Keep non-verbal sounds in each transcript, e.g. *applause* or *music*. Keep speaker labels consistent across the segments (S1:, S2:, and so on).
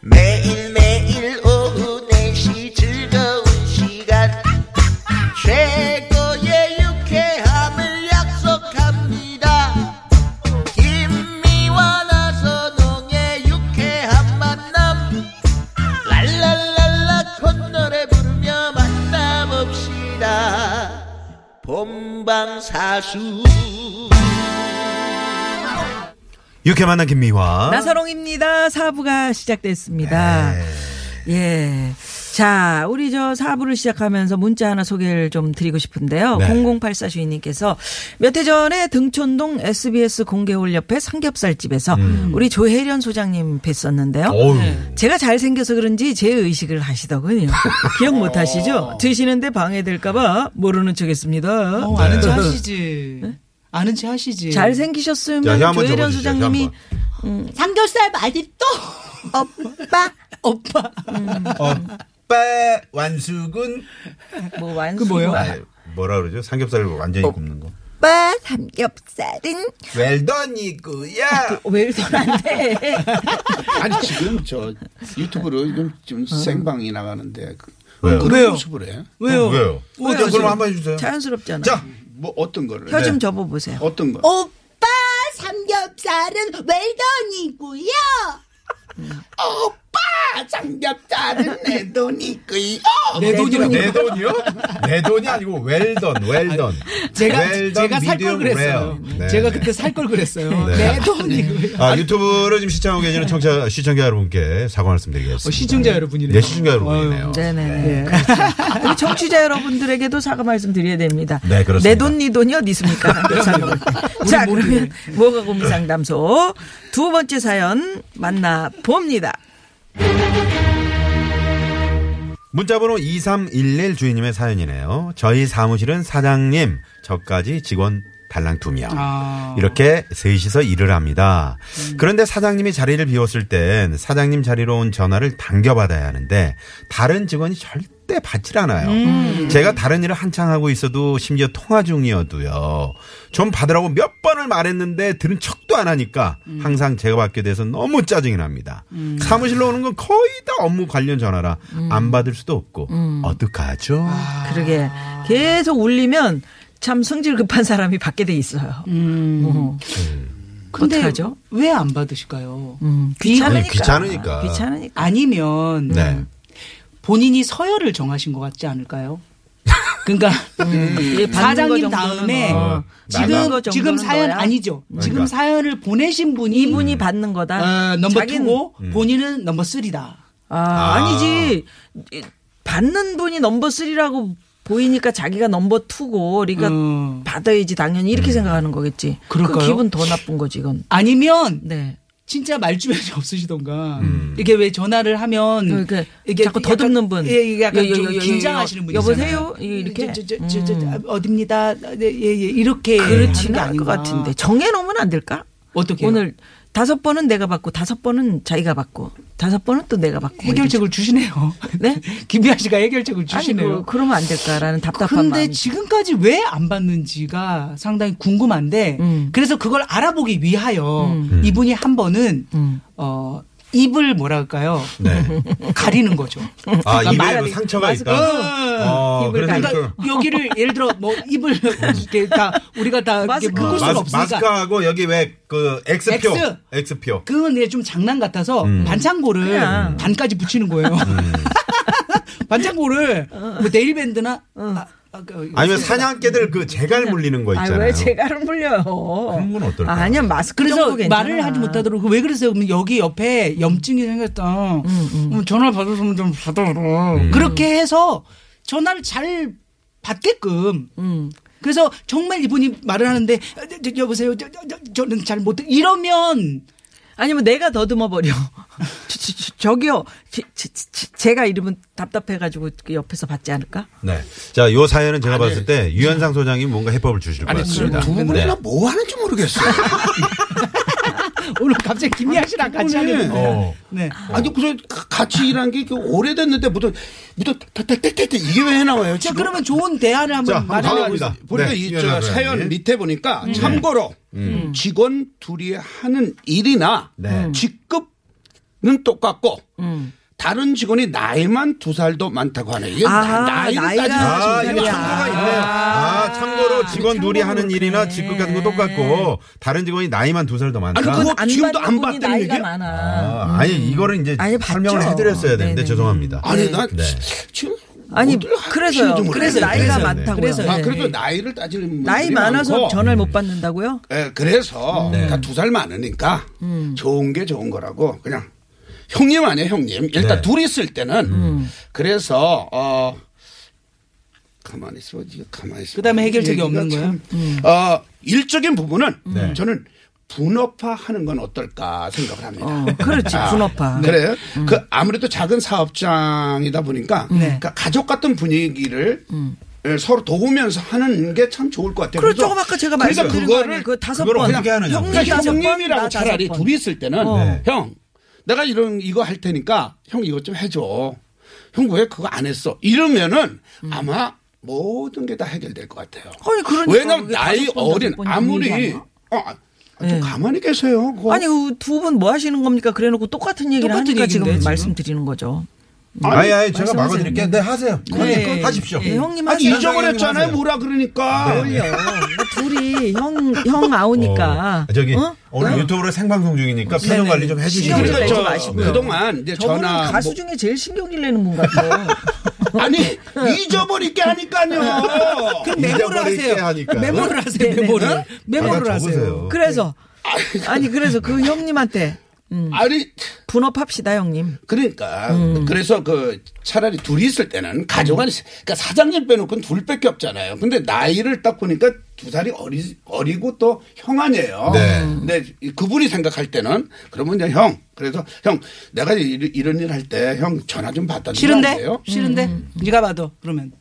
S1: 매일매일 오후 4시 즐거운 시간 최고의 유쾌함을 약속합니다 김미와 나선홍의 유쾌한 만남 랄랄랄라 콧노래 부르며 만나봅시다 본방사수
S2: 유쾌 만난 김미화.
S3: 나서롱입니다. 사부가 시작됐습니다.
S2: 네.
S3: 예. 자, 우리 저 사부를 시작하면서 문자 하나 소개를 좀 드리고 싶은데요.
S2: 네.
S3: 0084 주인님께서 몇 해 전에 등촌동 SBS 공개홀 옆에 삼겹살집에서 우리 조혜련 소장님 뵀었는데요.
S2: 음.
S3: 네.
S2: 어우.
S3: 제가 잘생겨서 그런지 제
S2: *laughs*
S3: 의식을 하시더군요. 기억 못
S2: 어.
S3: 하시죠? 드시는데 방해될까봐 모르는 척 했습니다. 네?
S4: 어,
S2: 네.
S4: 아는 체 하시지. 아는 체 하시지.
S2: 야,
S3: 잘생기셨으면
S2: 혀 한번
S3: 조혜련
S2: 접어주세요, 혀
S3: 소장님이 음,
S2: 한번.
S4: 삼겹살 맛있어. 오빠. 오빠.
S2: 오빠 완수군.
S3: 뭐 완수
S4: 그 뭐예요?
S3: 뭐
S2: 아, 뭐라 그러죠? 삼겹살을
S4: 어.
S2: 완전히 굽는 거.
S3: 오빠 삼겹살은
S2: 웰던이구요.
S4: 아,
S3: 어, 왜 이러면 안 돼.
S5: 아니 지금 저 유튜브로 지금, 지금 생방이 나가는데 그-
S2: 왜요?
S5: 그런
S4: 왜요?
S5: 모습을 해?
S4: 왜요?
S2: 왜요? 어, 저 그럼 한번 해주세요.
S3: *laughs* 자연스럽잖아.
S2: 자,
S5: 뭐 어떤 거를?
S3: 혀 좀
S2: 네.
S3: 접어보세요.
S5: 어떤 거?
S4: 오빠 삼겹살은 웰던이고요.
S5: 오빠
S4: *laughs*
S5: 삼겹살은 내 돈이고요.
S4: 내 돈이라고.
S2: 내 돈이요? 내 돈이 아니고 웰던, 웰던.
S4: 제가
S2: 웰던
S4: 제가 살 걸
S2: 미디엄
S4: 그랬어요.
S2: 레어. 네,
S4: 제가
S2: 네.
S4: 그때 살 걸 그랬어요.
S2: 네.
S4: 내 돈이고요.
S2: 아, 유튜브로 지금 시청하고 계시는 청자, 시청자 여러분께 사과 말씀드리겠습니다.
S4: 어, 시청자 여러분이네요.
S2: 네, 시청자 여러분이네요.
S3: 네네. *laughs* 그렇죠. 우리 청취자 여러분들에게도 사과 말씀드려야 됩니다.
S2: 네, 그렇습니다.
S3: 내 돈, 니 돈이 어디 *laughs* 있습니까? 삼겹살 먹을 때. *laughs* 자, 그러면 뭐가 고민상담소 두 번째 사연 만나봅니다.
S2: 문자번호 2311 주인님의 사연이네요. 저희 사무실은 사장님, 저까지 직원 달랑 두 명.
S4: 아.
S2: 이렇게 셋이서 일을 합니다.
S4: 음.
S2: 그런데 사장님이 자리를 비웠을 땐 사장님 자리로 온 전화를 당겨받아야 하는데 다른 직원이 절대 받질 않아요.
S4: 음.
S2: 제가 다른 일을 한창 하고 있어도 심지어 통화 중이어도요. 좀 받으라고 몇 번을 말했는데 들은 척도 안 하니까
S4: 음.
S2: 항상 제가 받게 돼서 너무 짜증이 납니다. 사무실로 오는 건 거의 다 업무 관련 전화라
S4: 음.
S2: 안 받을 수도 없고 어떡하죠?
S4: 아.
S3: 그러게. 계속 울리면 참 성질 급한 사람이 받게 돼 있어요. 어.
S4: 음. 근데
S3: 어떡하죠?
S4: 왜 안 받으실까요?
S3: 음,
S2: 음. 아니,
S3: 귀찮으니까.
S2: 귀찮으니까.
S3: 귀찮으니까.
S4: 아니면
S2: 네.
S4: 본인이 서열을 정하신 것 같지 않을까요?
S3: *laughs*
S4: 그러니까
S3: 예, 받는
S4: 사장님
S3: 거 정도는
S4: 다음에
S3: 어, 받는 거
S4: 지금 지금
S3: 정도는
S4: 사연
S3: 너야.
S4: 아니죠. 지금
S2: 그러니까.
S4: 사연을 보내신 분이
S3: 이분이 받는 거다.
S4: 어, 넘버
S3: 자기는-
S4: 투고
S2: 음.
S4: 본인은 넘버 쓰리다.
S3: 아, 아니지. 이- 받는 분이 넘버 리라고 보이니까 자기가 넘버 투고 그러니까
S4: 음.
S3: 받아야지 당연히 이렇게 생각하는 거겠지.
S4: 그럴까요?
S3: 그 기분 더 나쁜 거지 이건.
S4: 아니면
S3: 네.
S4: 진짜 말주변이 *laughs* 없으시던가 이게 왜 전화를 하면
S3: 그러니까 자꾸
S4: 약간-
S3: 더듬는 분.
S4: 예, 이게 약간
S3: 예, 예,
S4: 좀
S3: 예, 예,
S4: 긴장하시는
S3: 예,
S4: 분
S3: 예.
S4: 있잖아요.
S3: 여보세요? 예, 이렇게? 음.
S4: 저, 저, 저, 저, 저, 어딥니다 예, 예, 예, 이렇게
S3: 그렇지는
S4: 하는 게
S3: 않을 것
S4: 아닌가.
S3: 같은데 정해 놓으면 안 될까?
S4: 어떻게요?
S3: 오늘 다섯 번은 내가 받고 다섯 번은 자기가 받고 다섯 번은 또 내가 받고.
S4: 해결책을 주시네요.
S3: 네?
S4: *laughs* 김비아 씨가 해결책을
S3: 아니
S4: 주시네요.
S3: 그, 그러면 안 될까라는 답답한
S4: 근데
S3: 마음이.
S4: 지금까지 왜 안 받는지가 상당히 궁금한데
S3: 음.
S4: 그래서 그걸 알아보기 위하여 이분이 한 번은
S3: 음.
S4: 어 입을 뭐랄까요
S2: 네.
S3: *laughs*
S4: 가리는 거죠.
S2: 아,
S4: 그러니까
S2: 입에
S4: 말을-
S2: 뭐 상처가
S4: 마스크- 음.
S2: 있다. 어,
S3: 입을
S2: 그래서
S3: 가리고.
S2: 이렇게
S4: 그러니까 여기를 예를 들어 뭐
S2: *laughs*
S4: 입을 이렇게 다 우리가 다 이렇게 뭐
S3: 마스크.
S4: 묶을 수는
S2: 어, 마스-
S4: 없으니까
S2: 마스크하고 여기 왜 그 X표.
S4: X.
S2: X표.
S4: 그건 이제 좀 장난 같아서
S2: 음.
S4: 반창고를
S3: 그냥.
S4: 반까지 붙이는 거예요. *laughs* 반창고를 뭐 네일밴드나 아, 아, 그-
S2: 아니면 사냥개들 그
S4: 음.
S2: 재갈 물리는 거 있잖아요.
S3: 아, 왜 제가를 물려요? 그런
S2: 건 어떨까?
S3: 아니야, 마스크
S4: 그래서
S3: 정도 괜찮아.
S4: 말을 하지 못하도록 왜 그러세요? 그럼 여기 옆에 염증이 생겼다.
S3: 음,
S4: 그럼 전화 받으시면 좀 받아라. 그렇게 해서 전화를 잘 받게끔.
S3: 음.
S4: 그래서 정말 이분이 말을 하는데 아, 저, 저, 여보세요. 저, 는잘 못. 이러면 *laughs*
S3: 아니면 뭐 내가 더듬어 버려. *laughs* 저, 저, 저, 저기요. 제- 제- 제- 제가 이러면 답답해가지고 그 옆에서 받지 않을까?
S2: 네. 자, 요 사연은 제가 봤을 때 유현상 소장이 뭔가 해법을 주실 것 네.
S5: 아니 지금
S2: 같습니다.
S5: 두 분이나 뭐 하는지 모르겠어요.
S4: 오늘 갑자기 김미아 씨랑 같이
S5: 아니,
S4: 하게 됐네.
S2: 어.
S4: 네.
S5: 아니 그래서 가- 같이 일한 게 이렇게 오래됐는데 무슨 무슨 탈탈탈탈 이게 왜
S3: 아,
S5: 나와요?
S4: 자,
S5: 지금?
S4: 그러면 좋은 대안을
S2: 자,
S4: 한번
S2: 한번
S4: 마련해
S2: 가봅니다.
S4: 보겠습니다.
S5: 보니까
S2: 아, 네,
S5: 이
S2: 위원장
S5: 저 사연
S2: 의원님.
S5: 밑에 보니까 참고로 직원 둘이 하는 일이나
S2: 네.
S5: 직급은 똑같고 다른 직원이 나이만 두 살도 많다고 하네. 이게
S3: 음. 아,
S5: 나, 이를
S3: 나이가
S5: 따지면
S2: 아,
S3: 진짜
S2: 이거
S3: 이야.
S2: 참고가 있네요. 아, 참고로 직원 둘이
S3: 참고로
S2: 하는 일이나
S3: 그러네.
S2: 직급 같은 거 똑같고 다른 직원이 나이만 두 살 더 많다.
S5: 아니, 그거
S3: 안
S5: 지금도 안
S3: 받는 분이
S5: 봤다는
S3: 나이가
S5: 얘기야?
S3: 많아.
S2: 아, 아니 이거를 이제
S3: 아니, 봤죠.
S2: 설명을 해드렸어야 되는데
S3: 네네.
S2: 죄송합니다.
S5: 아니 나
S2: 네.
S5: 지금
S3: 아니
S5: 어떻게
S3: 그래서요.
S5: 하시는지 모르겠네.
S3: 그래서 나이가
S2: 그래서, 네.
S3: 많다고요.
S4: 그래서요.
S5: 아 그래도 나이를 따지는 분들이
S3: 나이 많아서
S5: 많고.
S3: 전화를 못 받는다고요?
S5: 예, 그래서 그러니까 두 살 많으니까 좋은 게 좋은 거라고 그냥 형님 아니에요 형님 일단
S2: 네.
S5: 둘이 있을 때는 그래서 어 가만히 있어 이거 가만히 있어
S4: 그다음에 해결책이
S5: 얘기가
S4: 없는 음.
S5: 참, 어 일적인 부분은 저는 분업화하는 건 어떨까 생각을 합니다.
S3: 어, 그렇지,
S5: *laughs* 아,
S3: 분업화.
S4: 네.
S5: 그래요.
S4: 음.
S5: 그 아무래도 작은 사업장이다 보니까
S4: 네.
S5: 그러니까 가족 같은 분위기를
S4: 음.
S5: 예, 서로 도우면서 하는 게 참 좋을 것 같아요.
S3: 그래
S5: 그래서
S3: 조금 아까 제가
S5: 그러니까
S3: 말씀드린 거
S5: 그거를
S3: 아니에요. 그 다섯
S2: 그걸
S3: 번.
S2: 어떻게 하느냐고.
S3: 형님
S5: 그러니까
S3: 다섯 번,
S5: 형님이라고
S3: 나 다섯
S5: 차라리
S3: 번.
S5: 둘이 있을 때는
S3: 어.
S2: 네.
S5: 형 내가 이런 이거 할 테니까 형 이것 좀 해줘 형 왜 그거 안 했어 이러면은 아마 모든 게 다 해결될 것 같아요
S3: 음. 아니, 그러니까
S5: 왜냐면
S3: 그게
S5: 나이
S3: 다섯 번,
S5: 어린
S3: 여섯 번 이런
S5: 아무리
S3: 얘기
S5: 어, 아, 좀 가만히 계세요 그거.
S3: 네. 아니 두 분 뭐 하시는 겁니까? 그래놓고 똑같은 얘기를
S4: 똑같은
S3: 하니까 지금,
S4: 얘기인데, 지금.
S3: 말씀드리는 거죠.
S2: 음. 아니, 아니, 제가
S3: 말씀하세요.
S2: 막아드릴게요. 네, 하세요.
S3: 네.
S2: 하십시오.
S3: 예, 형님
S5: 아,
S3: 하세요.
S5: 잊어버렸잖아요 뭐라 그러니까
S3: 어울려. 뭐 둘이 형, 형 아우니까.
S2: 어, 저기
S3: 어?
S2: 오늘 유튜브로 생방송 중이니까 표정
S3: 네네.
S2: 관리 좀 해주시고요.
S3: 신경
S5: 그러니까
S3: 내지
S5: 저
S3: 마시고요.
S5: 그동안 이제
S3: 저분은
S5: 전화
S3: 가수
S5: 뭐-
S3: 중에 제일 신경질 내는 분 같아요.
S5: 아니
S3: *laughs*
S5: 잊어버릴게 하니까요
S4: 그럼 메모를
S2: 잊어버릴게
S4: 하세요.
S2: 하니까요.
S4: 메모를 하세요.
S3: 네, 네.
S4: 메모를. 메모를
S2: 아,
S4: 하세요.
S2: 적으세요.
S3: 그래서 아니 그래서 그 형님한테 음,
S5: 아니
S3: 분업합시다 형님.
S5: 그러니까
S4: 음.
S5: 그래서 그 차라리 둘이 있을 때는 가족 안에 그러니까 사장님 빼놓고는 둘밖에 없잖아요. 근데 나이를 딱 보니까 두 살이 어리 어리고 또 형 아니에요.
S2: 네.
S5: 근데 이- 그분이 생각할 때는 그러면 이제 형 그래서 형 내가 이- 이런 일 할 때 형 전화 좀 받다
S4: 싫은데? 싫은데?
S3: 음,
S4: 네가 봐도 그러면.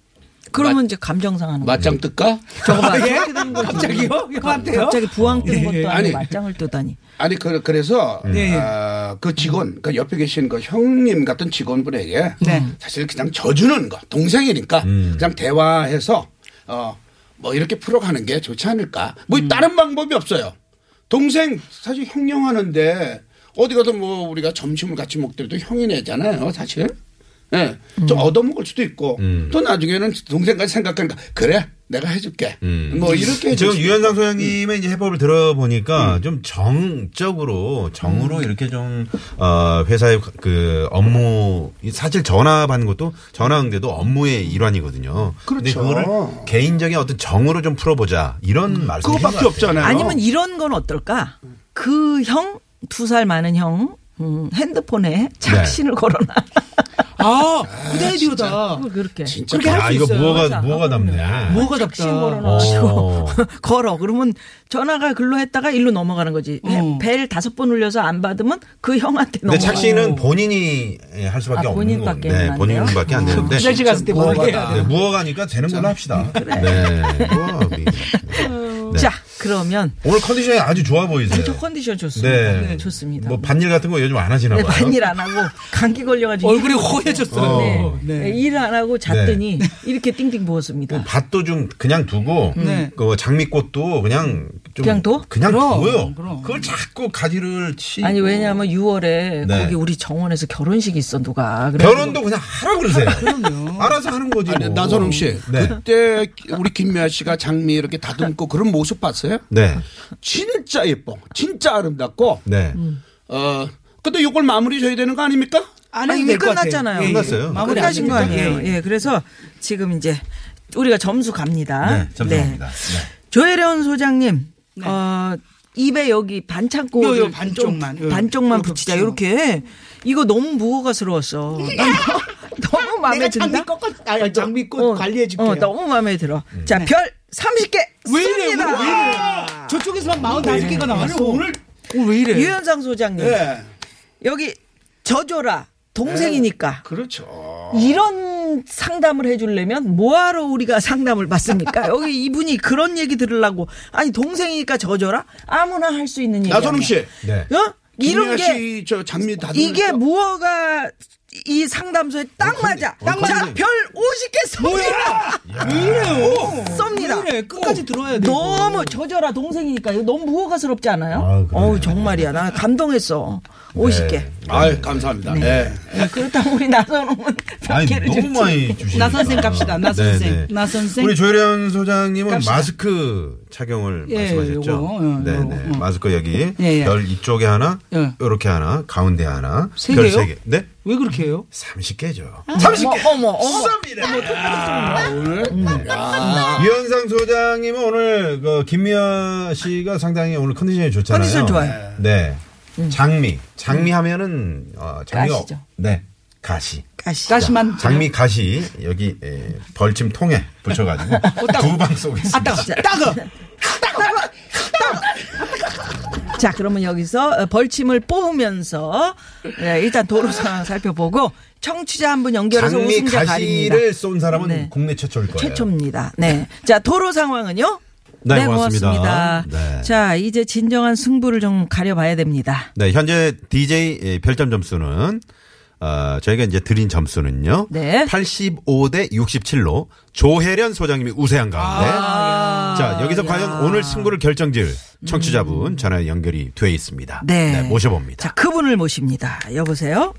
S3: 그러면 이제 감정 상하는 거.
S5: 맞짱 뜰까?
S3: 저거 봐.
S4: 예?
S3: 저렇게 아, 되는 거지.
S4: 갑자기요? 그한테요?
S3: 갑자기 부황 뜨는 것도
S5: 아니.
S3: 아니고 맞짱을 뜨다니.
S5: 아니 그 그래서
S2: 음.
S4: 예, 예.
S5: 아, 그 직원 그 옆에 계신 그 형님 같은 직원분에게
S4: 네.
S5: 사실 그냥 져주는 거 동생이니까
S2: 음.
S5: 그냥 대화해서 어 뭐 이렇게 풀어가는 게 좋지 않을까 뭐 다른 방법이 없어요 동생 사실 형령하는데 어디 가서 뭐 우리가 점심을 같이 먹더라도 형이 내잖아요 사실 예 좀 얻어먹을 수도 있고
S2: 음.
S5: 또 나중에는 동생까지 생각하니까 그래 내가 해줄게 뭐 이렇게 해줄
S2: 음. 지금
S5: 수도
S2: 유현상
S5: 있고.
S2: 소장님의 이제 해법을 들어보니까 좀 정적으로 정으로
S4: 음.
S2: 이렇게 좀 어, 회사의 그 업무 사실 전화 받는 것도 전화 응대도 업무의 일환이거든요. 근데
S5: 그렇죠.
S2: 그거를 개인적인 어떤 정으로 좀 풀어보자 이런
S4: 음.
S2: 말씀.
S5: 그거밖에 없잖아요
S3: 아니면 이런 건 어떨까? 그 형, 두 살 많은 형, 음, 핸드폰에 착신을 걸어놔.
S4: 아, 그 아이디어다.
S3: 그렇게.
S5: 진짜
S4: 그렇게 할
S2: 야
S4: 수
S2: 이거
S4: 있어요.
S2: 무어가
S3: 맞아.
S2: 무어가 남네.
S4: 뭐가
S3: 착신
S4: 답다.
S3: 걸어놔가지고
S2: 어.
S3: 걸어. 그러면 전화가 글로 했다가 일로 넘어가는 거지. 네,
S4: 어.
S3: 벨 다섯 번 울려서 안 받으면 그 형한테
S2: 근데
S4: 뭐.
S3: 넘어가.
S2: 네, 착시는 본인이 할 수밖에
S3: 아,
S2: 없는 건
S3: 본인밖에
S2: 네,
S3: 안 돼요? 음.
S2: 본인밖에 안
S4: *laughs*
S2: 되는데
S4: 화장실 그 갔을 때 뭐가 해야
S2: 네, 무어가니까 되는 걸로 합시다. 네.
S4: *laughs*
S2: 무어업이. 네.
S3: 자, 그러면
S2: 오늘 컨디션이 아주 좋아 보이세요.
S3: 네, 저 컨디션 좋습니다.
S2: 네.
S3: 네, 좋습니다.
S2: 뭐 반일 같은 거 요즘 안 하시나
S3: 네,
S2: 봐요.
S3: 반일 안 하고 감기 걸려가지고
S4: 얼굴이 허해졌어요.
S2: 어.
S3: 네,
S4: 네.
S3: 일을 안 하고 잤더니 이렇게 띵띵 부었습니다.
S2: 밭도 좀 그냥 두고
S4: 네.
S2: 그 장미꽃도 그냥 좀
S3: 음. 그냥 둬?
S2: 그냥
S4: 그럼,
S2: 둬요.
S4: 그럼.
S2: 그걸 자꾸 가지를 치.
S3: 아니 왜냐하면 6월에
S2: 네.
S3: 거기 우리 정원에서 결혼식이 있어 누가 그래가지고
S2: 결혼도 그냥 하라 그러세요. *laughs* 알아서 하는 거지.
S5: 아니,
S2: 뭐.
S5: 나선홍 씨,
S2: 네.
S5: 그때 우리 김미아 씨가 장미 이렇게 다듬고 그런 모습 봤어요?
S2: 네.
S5: 진짜 예뻐. 진짜 아름답고.
S2: 네.
S3: 음.
S5: 어, 근데 이걸 마무리 줘야 되는 거 아닙니까?
S4: 안
S3: 아니,
S4: 해도
S3: 이미
S4: 될것 같아요.
S3: 끝났잖아요.
S4: 예, 예.
S2: 끝났어요.
S4: 마무리 안
S3: 끝나신 거
S4: 됩니다.
S3: 아니에요.
S4: 예, 예.
S3: 예, 그래서 지금 이제 우리가 점수 갑니다.
S2: 네. 잠시만입니다.
S3: 조혜련 소장님, 어, 입에 여기 반창고
S4: 네. 요, 요 반쪽만, 요,
S3: 반쪽만
S4: 요거
S3: 붙이자.
S4: 붙이고.
S3: 이렇게 이거 너무
S4: *laughs*
S3: 무거가스러웠어. 너무 마음에
S4: 내가
S3: 든다.
S4: 장미 꺾어, 아, 장미꽃
S3: 어,
S4: 관리해줄게요. 네.
S3: 어, 너무 마음에 들어. 자, 별 30개
S4: 왜 이래? 오늘
S3: 씁니다.
S4: 왜 이래? 아. 저쪽에서만 45개가 나왔어. 오늘 왜 이래?
S3: 유현상 소장님,
S4: 예.
S5: 예.
S3: 여기 저조라 동생이니까
S5: 그렇죠.
S3: 이런 그런 상담을 해주려면 뭐하러 우리가 상담을
S4: *laughs*
S3: 받습니까? 여기 이분이 그런 얘기 들으려고 아니 동생이니까 져줘라 아무나 할 수 있는 얘기.
S5: 나선홍
S3: 아니야.
S5: 씨.
S2: 네.
S3: 어? 이런
S5: 김미아
S3: 게
S5: 씨, 저 장미 다
S3: 이게 뭐- 무허가 이 상담소에 딱 맞아. 딱 맞아. 별 50개 쏩니다.
S4: 이래요.
S3: 쏩니다.
S4: 이래 끝까지 들어야 돼.
S3: 너무 저절아 동생이니까 이거 너무 무허가스럽지 않아요?
S2: 아, 그래요.
S3: 어우 정말이야 나 감동했어. 50개.
S2: 네.
S5: 아유, 감사합니다. 네.
S3: 그렇다고 우리 나선홍은 몇
S2: *laughs* 아니
S3: 개를
S2: 너무
S3: 줬지?
S2: 많이 주시네. 네.
S4: 나 선생 갑시다. 나 선생. 나 선생.
S2: 우리 조혜련 소장님은
S4: 갑시다.
S2: 마스크 착용을
S4: 예,
S2: 말씀하셨죠.
S4: 요거, 예,
S2: 네네.
S4: 요거, 어.
S2: 마스크 여기
S4: 예, 예.
S2: 열 이쪽에 하나,
S4: 예.
S2: 이렇게 하나, 가운데 하나,
S4: 세
S2: 별
S4: 개요? 아.
S2: 세 개. 네,
S4: 왜 그렇게 해요?
S2: 30개죠.
S3: 어머 어머.
S5: 아, 오늘. 야.
S2: 유현상 소장님은 오늘 그 김미아 씨가 상당히 오늘 컨디션이 좋잖아요.
S3: 컨디션 좋아요.
S2: 네.
S4: 음.
S2: 장미. 장미 하면은 어, 장미가
S3: 가시죠.
S2: 네. 가시.
S3: 가시.
S4: 다시만
S2: 장미 가시 여기 에, 벌침 통에 붙여
S3: *laughs*
S2: 가지고 두 방 쏘고 있습니다.
S4: 따가 따가
S3: 자 그러면 여기서 어, 벌침을 뽑으면서 네, 일단 도로 상황 살펴보고 청취자 한 분 연결해서
S2: 장미
S3: 우승자 가립니다.
S2: 가시를 쏜 사람은
S3: 네.
S2: 국내 최초일 거예요.
S3: 최초입니다. 네. 자, 도로 상황은요?
S2: 네, 고맙습니다. 네.
S3: 자, 이제 진정한 승부를 좀 가려봐야 됩니다.
S2: 네, 현재 DJ 예, 별점 점수는 어, 저희가 이제 드린 점수는요.
S3: 네.
S2: 85대 67로 조혜련 소장님이 우세한 가운데.
S3: 아,
S2: 자, 여기서 과연 오늘 승부를 결정질 청취자분 전화 연결이 돼 있습니다.
S3: 음. 네.
S2: 모셔봅니다.
S3: 자, 그분을 모십니다. 여보세요?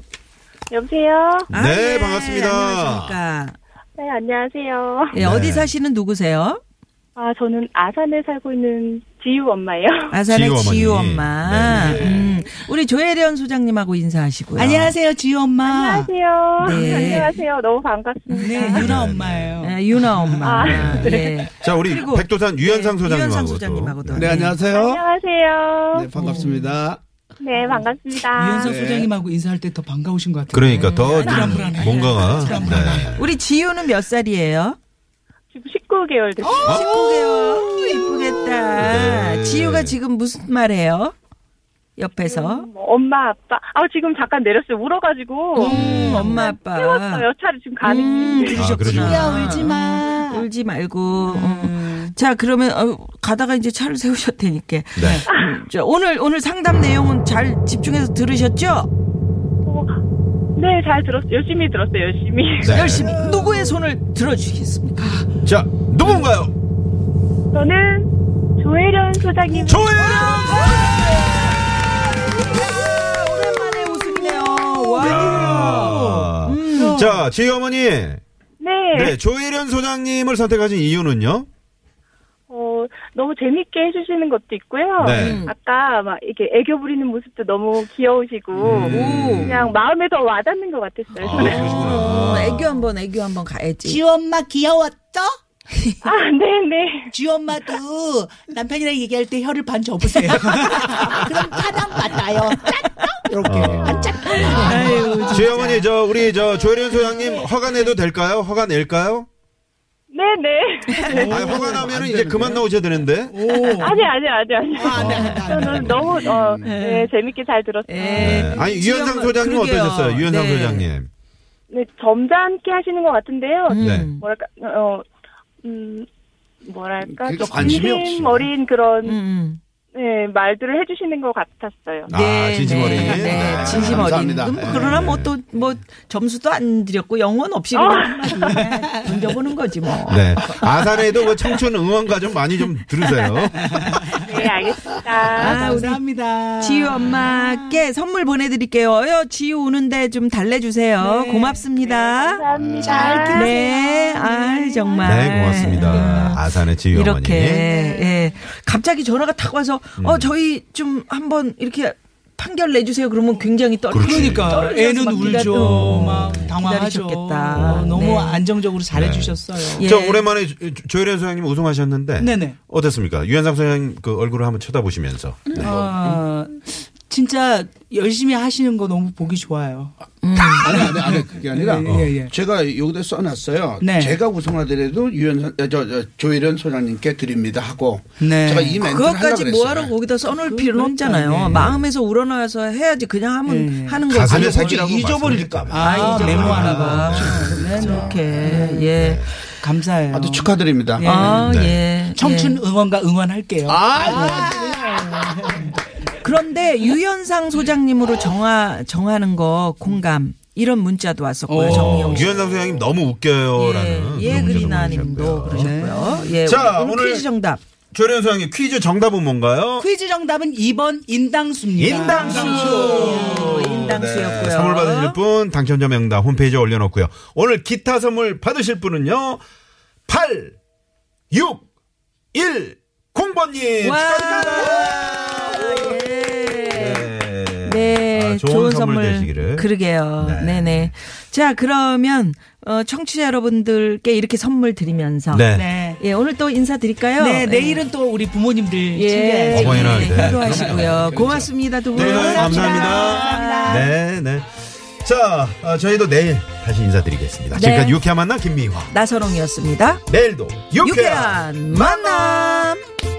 S6: 여보세요?
S2: 네,
S3: 예,
S2: 반갑습니다. 네.
S3: 안녕하십니까.
S6: 네, 안녕하세요.
S3: 예, 어디 사시는 누구세요?
S6: 아, 저는 아산에 살고 있는 지유 엄마예요.
S3: 아산의
S2: 지유 어머니.
S3: 지유 엄마.
S2: 네, 네.
S3: 음, 우리 조혜련 소장님하고 인사하시고요.
S4: 안녕하세요 지유 엄마.
S6: 안녕하세요.
S3: 네.
S6: 안녕하세요. 너무 반갑습니다.
S4: 아. 네 유나 엄마예요.
S3: 예, 유나 엄마. 예.
S2: 자, 우리
S3: 그리고, 네,
S2: 백도산 유현상
S3: 유현상
S2: 소장님하고 또.
S3: 소장님하고도.
S5: 네, 안녕하세요.
S6: 안녕하세요.
S5: 네, 반갑습니다.
S6: 네, 반갑습니다.
S4: 유현상 소장님하고 인사할 때 더 반가우신 것 같아요.
S2: 네. 그러니까 더
S3: 음,
S2: 좀
S4: 불안불안해.
S2: 뭔가가
S4: 불안불안해.
S2: 네.
S3: 우리 지유는 몇 살이에요?
S6: 지금 19개월 됐어요.
S3: 19개월. 이쁘겠다.
S2: 네.
S3: 지유가 지금 무슨 말 해요? 옆에서.
S6: 뭐, 엄마, 아빠. 아, 지금 잠깐 내렸어요. 울어가지고.
S3: 음, 엄마, 아빠.
S6: 세웠어요. 차를 지금 가는
S3: 음,
S6: 길인데.
S2: 아, 그러시구나.
S3: 들으셨구나. 아,
S4: 야 울지 마.
S3: 울지 말고. 음. 자, 그러면, 어, 가다가 이제 차를 세우셨다니까.
S2: 네.
S3: 음, 저 오늘, 오늘 상담 내용은 잘 집중해서 들으셨죠?
S6: 어, 네, 잘 들었어요. 열심히 들었어요. 열심히.
S2: 네.
S3: 아, 열심히. 누구의 손을 들어주시겠습니까?
S2: 자, 누군가요?
S6: 저는 조혜련 소장님.
S2: 조혜련!
S3: 네. 아, 오랜만에 웃음이네요. 와.
S2: 아.
S3: 음.
S2: 자, 지희 어머니.
S6: 네.
S2: 네, 조혜련 소장님을 선택하신 이유는요?
S6: 어, 너무 재밌게 해주시는 것도 있고요.
S2: 네.
S6: 아까 막 이렇게 애교 부리는 모습도 너무 귀여우시고,
S5: 음.
S6: 그냥 마음에 더 와닿는 것 같았어요.
S2: 아,
S6: 저는.
S3: 어,
S2: 그러시구나.
S3: 애교 한 번, 애교 한 번 가야지.
S4: 지유 엄마 귀여웠죠?
S6: 아, 네네.
S4: 지유 엄마도 남편이랑 얘기할 때 혀를 반 접으세요. *laughs* 그럼 타당 맞아요. 이렇게
S2: 어.
S3: 아유,
S2: 지희 어머니, 저, 우리, 저, 조혜련 소장님 허가 내도 될까요? 허가 낼까요?
S6: 네네.
S2: 아니, 허가 나면은 이제 그만 나오셔야 되는데.
S3: 네.
S6: 아니, 아니, 아니, 아니. 저는 너무, 어, 네, 재밌게 잘 들었어요.
S3: 예.
S2: 네. 아니, 유현상
S3: 지금,
S2: 소장님
S3: 그러게요.
S2: 어떠셨어요? 유현상
S3: 네.
S2: 소장님.
S6: 네, 점잖게 하시는 것 같은데요.
S2: 네.
S6: 뭐랄까, 어, 음, 뭐랄까,
S5: 그러니까 관심이 없지.
S6: 진심 어린 그런,
S3: 음.
S6: 네, 말들을 해주시는 것 같았어요.
S2: 아, 진심 어린.
S3: 네, 네,
S2: 네.
S3: 진심 어린.
S5: 감사합니다.
S3: 음,
S5: 네.
S3: 그러나 뭐 또 뭐 점수도 안 드렸고 영원 없이 그냥 *laughs* 한마디 던져보는 거지 뭐.
S2: 네. 아산에도 그 청춘 응원가 좀 많이 좀 들으세요.
S6: 네, 알겠습니다.
S3: 아, 우리
S4: 감사합니다.
S3: 지유 엄마께 선물 보내드릴게요. 어, 지유 우는데 좀 달래주세요. 고맙습니다.
S6: 감사합니다.
S3: 네, 아이 정말.
S2: 네, 고맙습니다. 아산의 지희 어머니. 음.
S3: 이렇게 예. 갑자기 전화가 탁 와서 어 저희 좀 한번 이렇게 판결 내주세요. 그러면 굉장히 떨.
S4: 그러니까
S3: 떨려서
S4: 애는
S3: 막
S4: 울죠.
S3: 기다려-
S4: 막 당황하죠.
S3: 기다리셨겠다.
S4: 어, 너무
S3: 네.
S4: 안정적으로 잘해주셨어요.
S3: 예.
S2: 저 오랜만에 조- 조혜련 소장님 우승하셨는데
S4: 네네.
S3: 음.
S2: 어땠습니까? 유현상 소장님 그 얼굴을 한번 쳐다보시면서
S4: 어, 진짜 열심히 하시는 거 너무 보기 좋아요.
S5: 아니 아니 아니 그게 아니라
S4: 예, 예, 예.
S5: 제가 여기다 써놨어요.
S4: 네.
S5: 제가 우승하더라도 유연 저, 저 조일현 소장님께 드립니다 하고
S4: 네.
S5: 제가 이 멘트를 하려고
S3: 그것까지
S5: 그랬어요.
S3: 뭐하러 거기다 써놓을 필요는 없잖아요. 마음에서 우러나서 해야지 그냥 하면
S4: 예.
S3: 하는
S2: 네.
S3: 거지.
S2: 가슴에
S5: 혹시
S2: 새기라고
S5: 잊어버릴까 봐.
S4: 아, 네.
S3: 이제
S4: 메모
S3: 그렇구나.
S4: 하나 봐.
S3: 아, 그렇게 예.
S4: 감사해요.
S5: 아주 축하드립니다.
S4: 예.
S3: 아,
S2: 네.
S3: 예.
S4: 청춘 응원가 응원할게요.
S3: 예. 그런데 유현상 소장님으로 정하 정하는 거 공감 이런 문자도 왔었고요. 아, 정영
S2: 유현상 소장님 너무 웃겨요라는
S3: 예,
S2: 어. 그런 문자도
S3: 그리나님도
S2: 보내주셨고요. 네.
S3: 그러셨고요. 예,
S2: 자,
S3: 오늘,
S2: 오늘
S3: 퀴즈 정답.
S2: 조련 소장님 퀴즈 정답은 뭔가요?
S4: 퀴즈 정답은 2번 인당수입니다. 네,
S3: 예, 인당수였고요.
S2: 네, 선물 받으실 분 당첨자 명단 홈페이지에 올려놓고요. 오늘 기타 선물 받으실 분은요. 8 6 1 0번님
S3: 와,
S2: 축하드립니다.
S3: 예.
S2: 네.
S3: 네,
S2: 아, 좋은, 선물 되시기를.
S3: 그러게요.
S2: 네.
S3: 네. 네 자, 그러면 어, 청취자 여러분들께 이렇게 선물 드리면서
S2: 네.
S4: 네.
S3: 예, 오늘 또 인사드릴까요?
S4: 네,
S3: 예.
S4: 내일은 또 우리 부모님들
S3: 예,
S4: 챙겨야죠.
S2: 어버이날 때.
S3: 필요하시고요. 고맙습니다, 두 분.
S2: 네, 감사합니다. 네, 네. 자, 아, 저희도 내일 다시 인사드리겠습니다.
S3: 네.
S2: 지금까지 유쾌한 만남 김미화.
S3: 나선홍이었습니다.
S2: 내일도 유쾌한
S3: 유쾌한 만남.